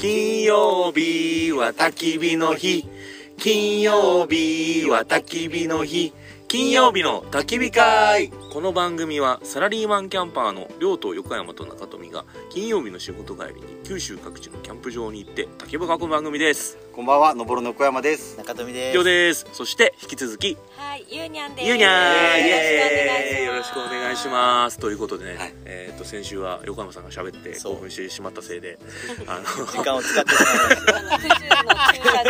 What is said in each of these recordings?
金曜日は焚き火の日金曜日は焚き火の日金曜日の焚き火会この番組はサラリーマンキャンパーの亮と横山と中富が金曜日の仕事帰りに九州各地のキャンプ場に行って焚き火を囲む番組ですこんばんは、のぼろの小山です。中富です。亮ですそして引き続きはい、ゆうにゃんです。ゆうにゃーんイエーイよよろろししくくおお願願いいししま。ますということでね、はいえー、と先週は横山さんが喋ってそう興奮してしまったせいであの時間を使ってしまいますあの府中の駐車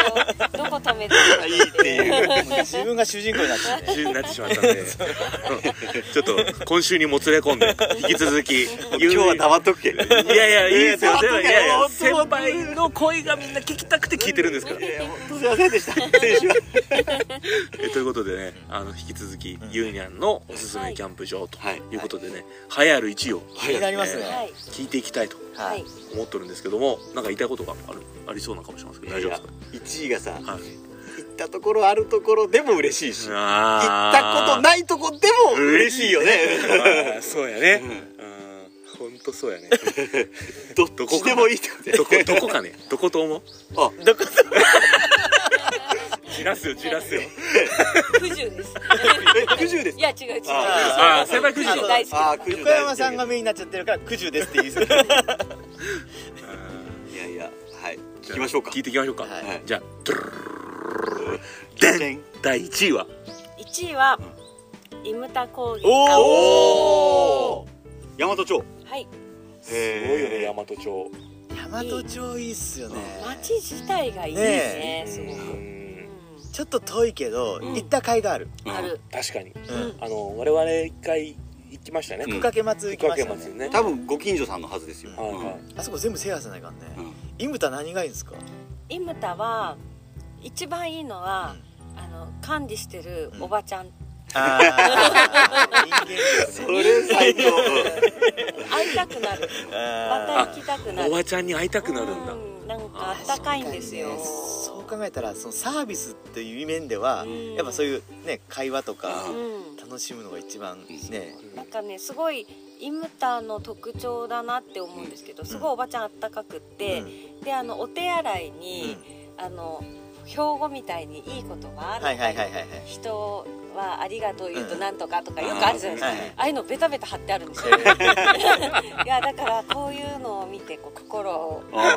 場、どこ止めてるのいいっていう。た。もう自分が主人公になってしまうね。になってしまったんでちょっと今週にもつれ込んで引き続き 今日は黙っとけ。いやいや、いいですよ。いでもいややいや、本当先輩の声がみんな聞きたくて聞いてるんですから。え本当すいませんで した。先週は。ということでね、あの、引き続き、ゆうにゃんのおすすめキャンプ場とはいいうことでね、流行る1位を気になりますね。はい。聞いていきたいとはい。思ってるんですけども、なんか言いたいことがある、ありそうなかもしれませんけど、大丈夫ですか一位がさ、行はい。ったところあるところでも嬉しいし、行っあたこといないとこでも嬉しいよね。そうやね。うん。ほんとそうやね。 どっちでもいいってこと どこ、どこかね。どこと思うどこ じらすよ、じらすよ。府中です。え、九十ですい。や、違う違う。あー先輩府九中十の大好きあなーの。九十横山さんがメインになっちゃってるから九十ですって言いそう。いやいや、はい。聞きましょうか。聞いていきましょうか。はいはいじゃあ、でん第1位は一位は、イムタ高原。おお。大和町。はい。すごいよね大和町大和町いいっすよね。街自体がいいですうね。すんちょっと遠いけどうん行った甲斐がある。ごく。ある。確かにうん。あの我々一回行きましたねうん福掛松行きました福掛松ね。ね多分ご近所さんのはずですよ。はいはあそこ全部制覇せないかんねう。んイムタ何がいいんですか。イムタは、一番いいのは、あの、管理してるおばちゃん。ああ。人間ですそね。れ 最高。会いたくなる。また行きたくないる。おばちゃんに会いたくなるんだうんなんかあったかいんですよ。そう考えたらそのサービスっていう面ではうんやっぱそういうね会話とかううん楽しむのが一番ねなんかねすごいイムタの特徴だなって思うんですけどすごいおばちゃんあったかくって、であのお手洗いに、あの標語みたいにいいことがある、はいはいはいはいはい人はありがとう言うとうんなんとかとかよくあるじゃないですか、はいはいああいうのベタベタ貼ってあるんですよいやだからこういうのを見てこう心をああ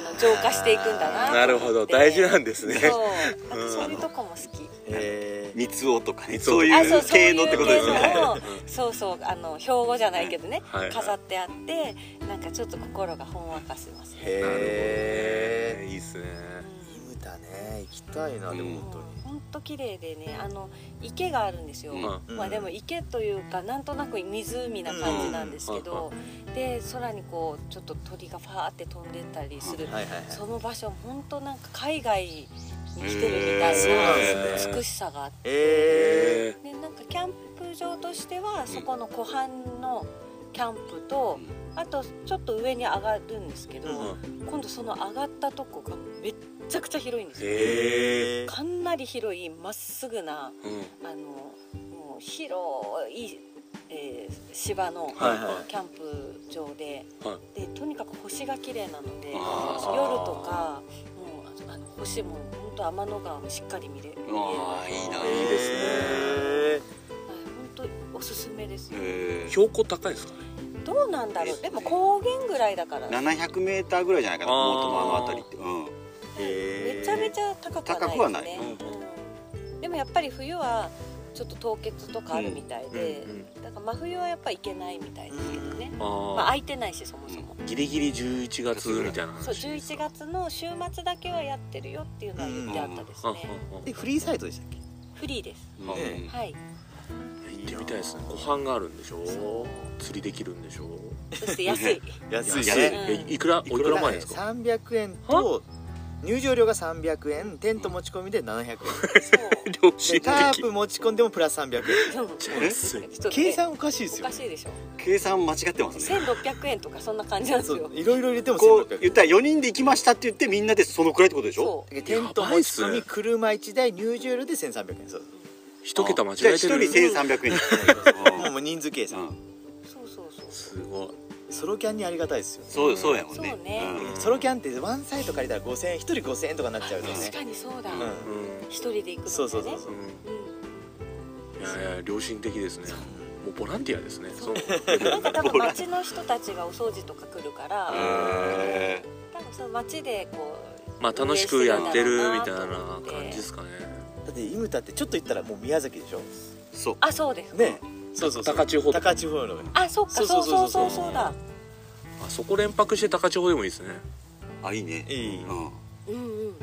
の浄化していくんだなと思って なるほど大事なんですねそうなんうんかそういうとこも好き、えー三つ男とか三ねつ男そうあいそうう系のってことですそういうね系のをそうそうあの標語じゃないけどね、はいはい飾ってあってなんかちょっと心がほんわかしますね、なるほどへねいいっすねえイムタね行きたいなでうんうんも本当にほんと綺麗でねあの池があるんですよ、うんうんまあでも池というかなんとなく湖な感じなんですけど、で空にこうちょっと鳥がファーって飛んでったりする、はいはいはいその場所ほんとなんか海外に来てるみたへーそうなんでいすなね美しさがあってえでなんかキャンプ場としてはそこの湖畔のキャンプと、あとちょっと上に上がるんですけど、今度その上がったとこがめっちゃくちゃ広いんですよ、へえかなり広いまっすぐなあのもう広い、えー芝のはいはいキャンプ場で,、はでとにかく星が綺麗なので夜あーとかもうあの星も本当天の川もしっかり見れる見えるああいいなえいいですねへはい本当おすすめです、えー標高高いですかねどうなんだろでうすでねも高原ぐらいだからめ700メーターぐらいじゃないかなあーモートのあの辺りって、うえちゃめちゃゃ高くはないですね高くはないうんでもやっぱり冬はちょっと凍結とかあるみたいで、うんだから真冬はやっぱ行けないみたいですけどね、まああ空いてないしそもそも、ギリギリ11月みたいな話そう11月の週末だけはやってるよっていうのは言ってあったですああね、えフリーサイトでしたっけフリーですんうんねはい行ってみたいですねご飯があるんでしょそう釣りできるんでしょそして安い安いしねえいくらおいくら前ですか300円と入場料が300円テント持ち込みで700円そう良でタープ持ち込んでもプラス300め 円っちゃ安いうんちょっとね計算おかしいですおよかねしいでしょ計算間違ってますね1600円とかそんな感じなんですそよういろいろ入れてもこう1600言円ったら4人で行きましたって言ってみんなでそのくらいってことでしょそでテント持ち込み車1台入場料で1300円そう一桁間違えてる1人1300円もうもう人数計算うそうそうそうすごいそソロキャンにありがたいですよねそうそうやもんねそうねうんソロキャンってワンサイト借りたら5000円1人5000円とかになっちゃうと確ねかにそうだ、うんう一人で行くのねそうそうそうそん、うんいやいや良心的ですねもうボランティアですねそうのなんか多 分町の人たちがお掃除とか来るから、へー多分その町でこうまあ楽しくやってるみたいな感運営してるんだろうなと思ってじですかねだってイムタってちょっと行ったらもう宮崎でしょそうあそうですねそうそうそう高千穂とか高千穂のあそっかそそううそそううそそううそそううだあそこ連泊して高千穂でもいいですねあいいねいいうんうんうん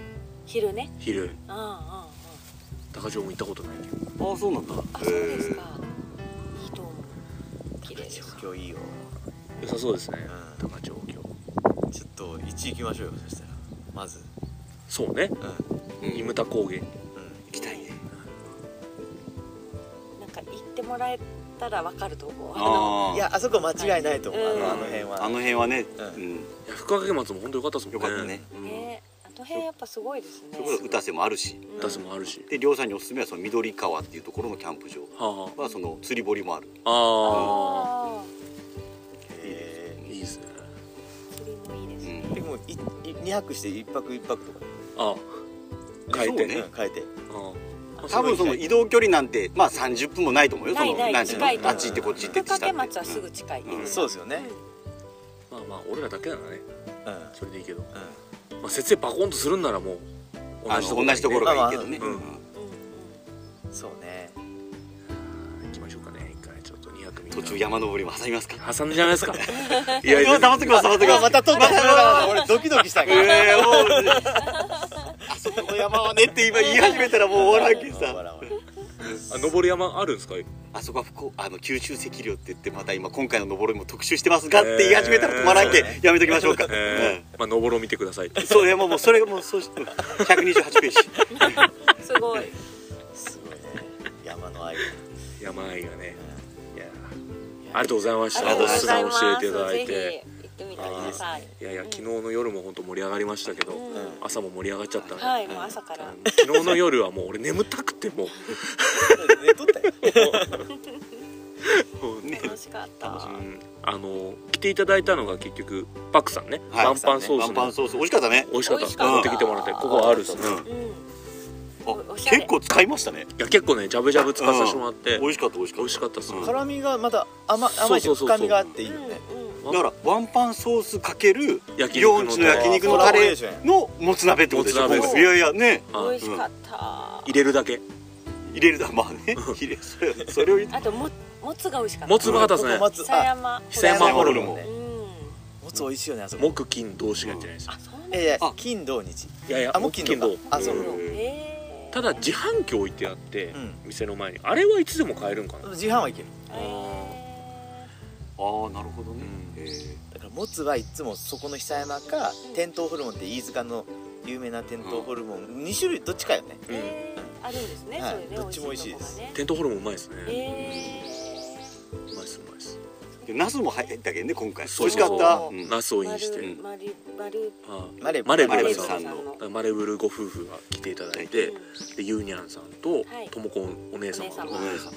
昼ね昼うんうんうんあ高千穂も行ったことないけどあそうなんだそうですかいいと思う綺麗です今日いいよ良さそうですねう高千穂今日ちょっと1行きましょうよそしたらまずそうねうんへー伊牟田高原うん行きたいねなんか行ってもらえたらわかると思うああいいややあそこ間違いないと思うあうんのあの辺あのは辺はねううんいや福掛松も本当良かったですもんよねかったねのねあの辺やっぱすごいですねそれこそ歌瀬もあるし出すもあるしで亮さんにおすすめはその緑川っていうところのキャンプ場ははその釣り堀もあるあはあああへいいですねあ釣りもいいですねーでもういい2泊して1泊1泊とかあ変えてそううねん変えてあ多分その移動距離なんてまあ30分もないと思うよないそなのいんてうの近いと思あうっち行ってこっち行って福ってした掛って町はすぐ近い、うんそうですよねまあまあ俺らだけならねうんそれでいいけどうんまあ設営バコンとするんならもうあの同じところ行がいいけどねまあまあうんうんうんそうねきましょうかね一回ちょっと2泊3日途中山登りも挟みますか挟んじゃないですかい いやいや黙ってください黙ってくださいまた撮った のかな俺ドキドキしたからええもうあそこの山はねって今言い始めたらもう終わらんけんさ笑うあ登り山あるんですかあそこは福あの九州赤稜って言ってまた今今回の登りも特集してますがって言い始めたら止まらんけんやめときましょうか、えーまあ登ろう見てくださいうんそういやもうもうそれがもうそうし128ページすごいすごいね山の愛が山あいがねいややありがとうございましあたりがとうございます。教えていただいてぜひ行ってみてください。いやいや昨日の夜も本当盛り上がりましたけど、うんうん朝も盛り上がっちゃったんで、はい、もう朝から。昨日の夜はもう俺眠たくても寝とったようね楽しかった。うんあの来ていただいたのが結局パクさんね、はいワンパンソーワスンパのンソース美味しかったね美味しかった美味しかった持ってきてもらってここはあるっすね、うんいうん。あおしゃれ結構使いましたねや結構ねジャブジャブ使わさせてもらって、美味しかった美味しかった美味しかったっす、うん辛みがまた甘甘いしそうそうそうそう深みがあっていいよねうだからワンパンソースかける焼料肉理ののタレ焼肉のタレのもつ鍋ってことでしょもつ鍋ですいやいやねんうん。美あ味しかった。入れるだけ入れるだまあ ね入れそれそれを言ってあとももつが美味しかった。もつもかったっすねここ松久あ山。久山ホル久モンねうん。もつ美味しいよねあそこ木金同士がやってないですよあ、そうなんいだ。やいやあ金土日いやいやあもう木金土かあそううんえーただ自販機置いてあって、うん店の前にあれはいつでも買えるんかな、自販はいけるああなるほどねうへえだからもつはいつもそこの久山かうん天東ホルモンって飯塚の有名な天東ホルモン2種類どっちかよねうんえーあるんですね。はいそういうね、どっちも美味しいです美味しテントホルモンうまいですね、いとこがね。えうまいっすうまいっすでナスも入ったけんね今回そ美う味しかったそううんナスをインして、ー。マルマルあマレマレブマレルブささんんマレブのルだからマレブルご夫婦が来ていただいて、うんでユーニャンさんとはいともこんお姉様お姉様うんはい本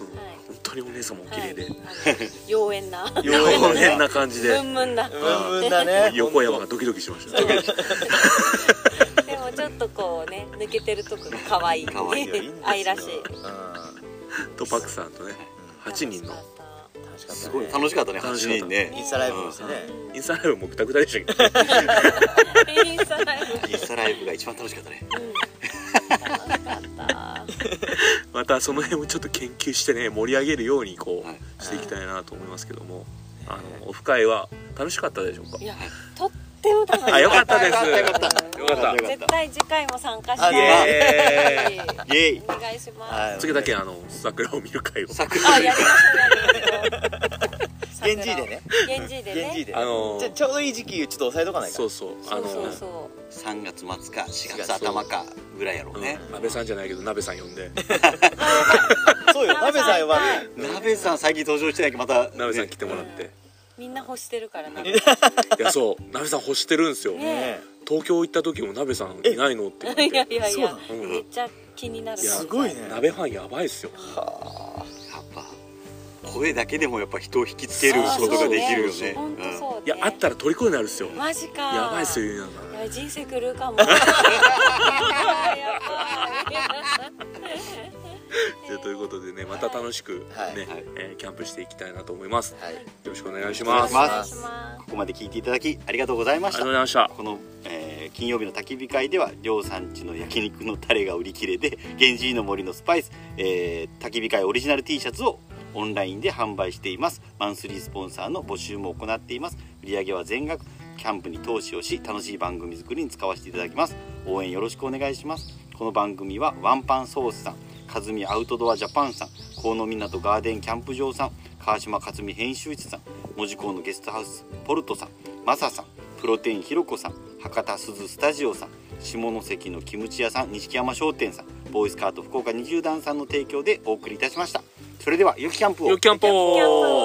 当にお姉様お綺麗で、 はいあの妖艶な。こん変な感じでムンムンだ。ムンムンだね 横山がドキドキしましたそうでもちょっとこうね抜けてるとこが可愛い可愛いよいいんですよ 愛らしいうん楽とパクさんとね8人の楽しかっしかすったねごい楽しかったね8楽しかった人ねインスタライブもしてねたインスタライブもくたくたでした けどインスタライインスタライブが一番楽しかったねブうん楽しかったまたその辺もちょっと研究してね盛り上げるようにこはいうしていきたいなと思いますけども、あのオフ会は楽しかったでしょうかいやとっても楽しあよかったですよかったよかったよ絶かっ対次回も参加しあイたいえたイエイお願いしまはい次だけあの桜を見る会を作すあやりましょうやりましょう現地でね現地で現地ねであのーじゃあちょうどいい時期ちょっと押さえとかないかそうそうあそのうそうそ3月末か4月頭かぐらいやろうねうん安倍さんじゃないけど鍋さん呼んでそうよ鍋さんはね鍋さん最近登場してないけどまた鍋さんね来てもらって、うみんな欲してるからねいやそう鍋さん欲してるんですよ、ねね東京行った時も鍋さんいないのって言われいやていやいそうなやのうんめっちゃ気になるいやすごいね鍋ファンやばいっすよやっぱ声だけでもやっぱ人を引きつけることができるよね本当うんそうねいやあったら虜になるっすよマジかやばいっすよゆうなさんいや人生狂う かもやばいやばいじゃあということでねまた楽しくね、はいはいえーキャンプしていきたいなと思いますよはいろしくお願いしお願まいすしあまおす願いしますここまで聞いていただきありがとうございまりしがとたうございましたこの、えー金曜日の焚き火会では量産地の焼肉のタレが売り切れで源氏の森のスパイス、えー焚き火会オリジナル T シャツをオンラインで販売していますマンスリースポンサーの募集も行っています売上は全額キャンプに投資をし楽しい番組作りに使わせていただきます応援よろしくお願いしますこの番組はワンパンソースさん和美アウトドアジャパンさん河野港ガーデンキャンプ場さん川島克美編集室さん門司港のゲストハウスポルトさんマサさんプロテインひろこさん博多すずスタジオさん下関のキムチ屋さん錦山商店さんボーイスカート福岡二十段さんの提供でお送りいたしましたそれでは良きキャンプをよっキャンプキャンプ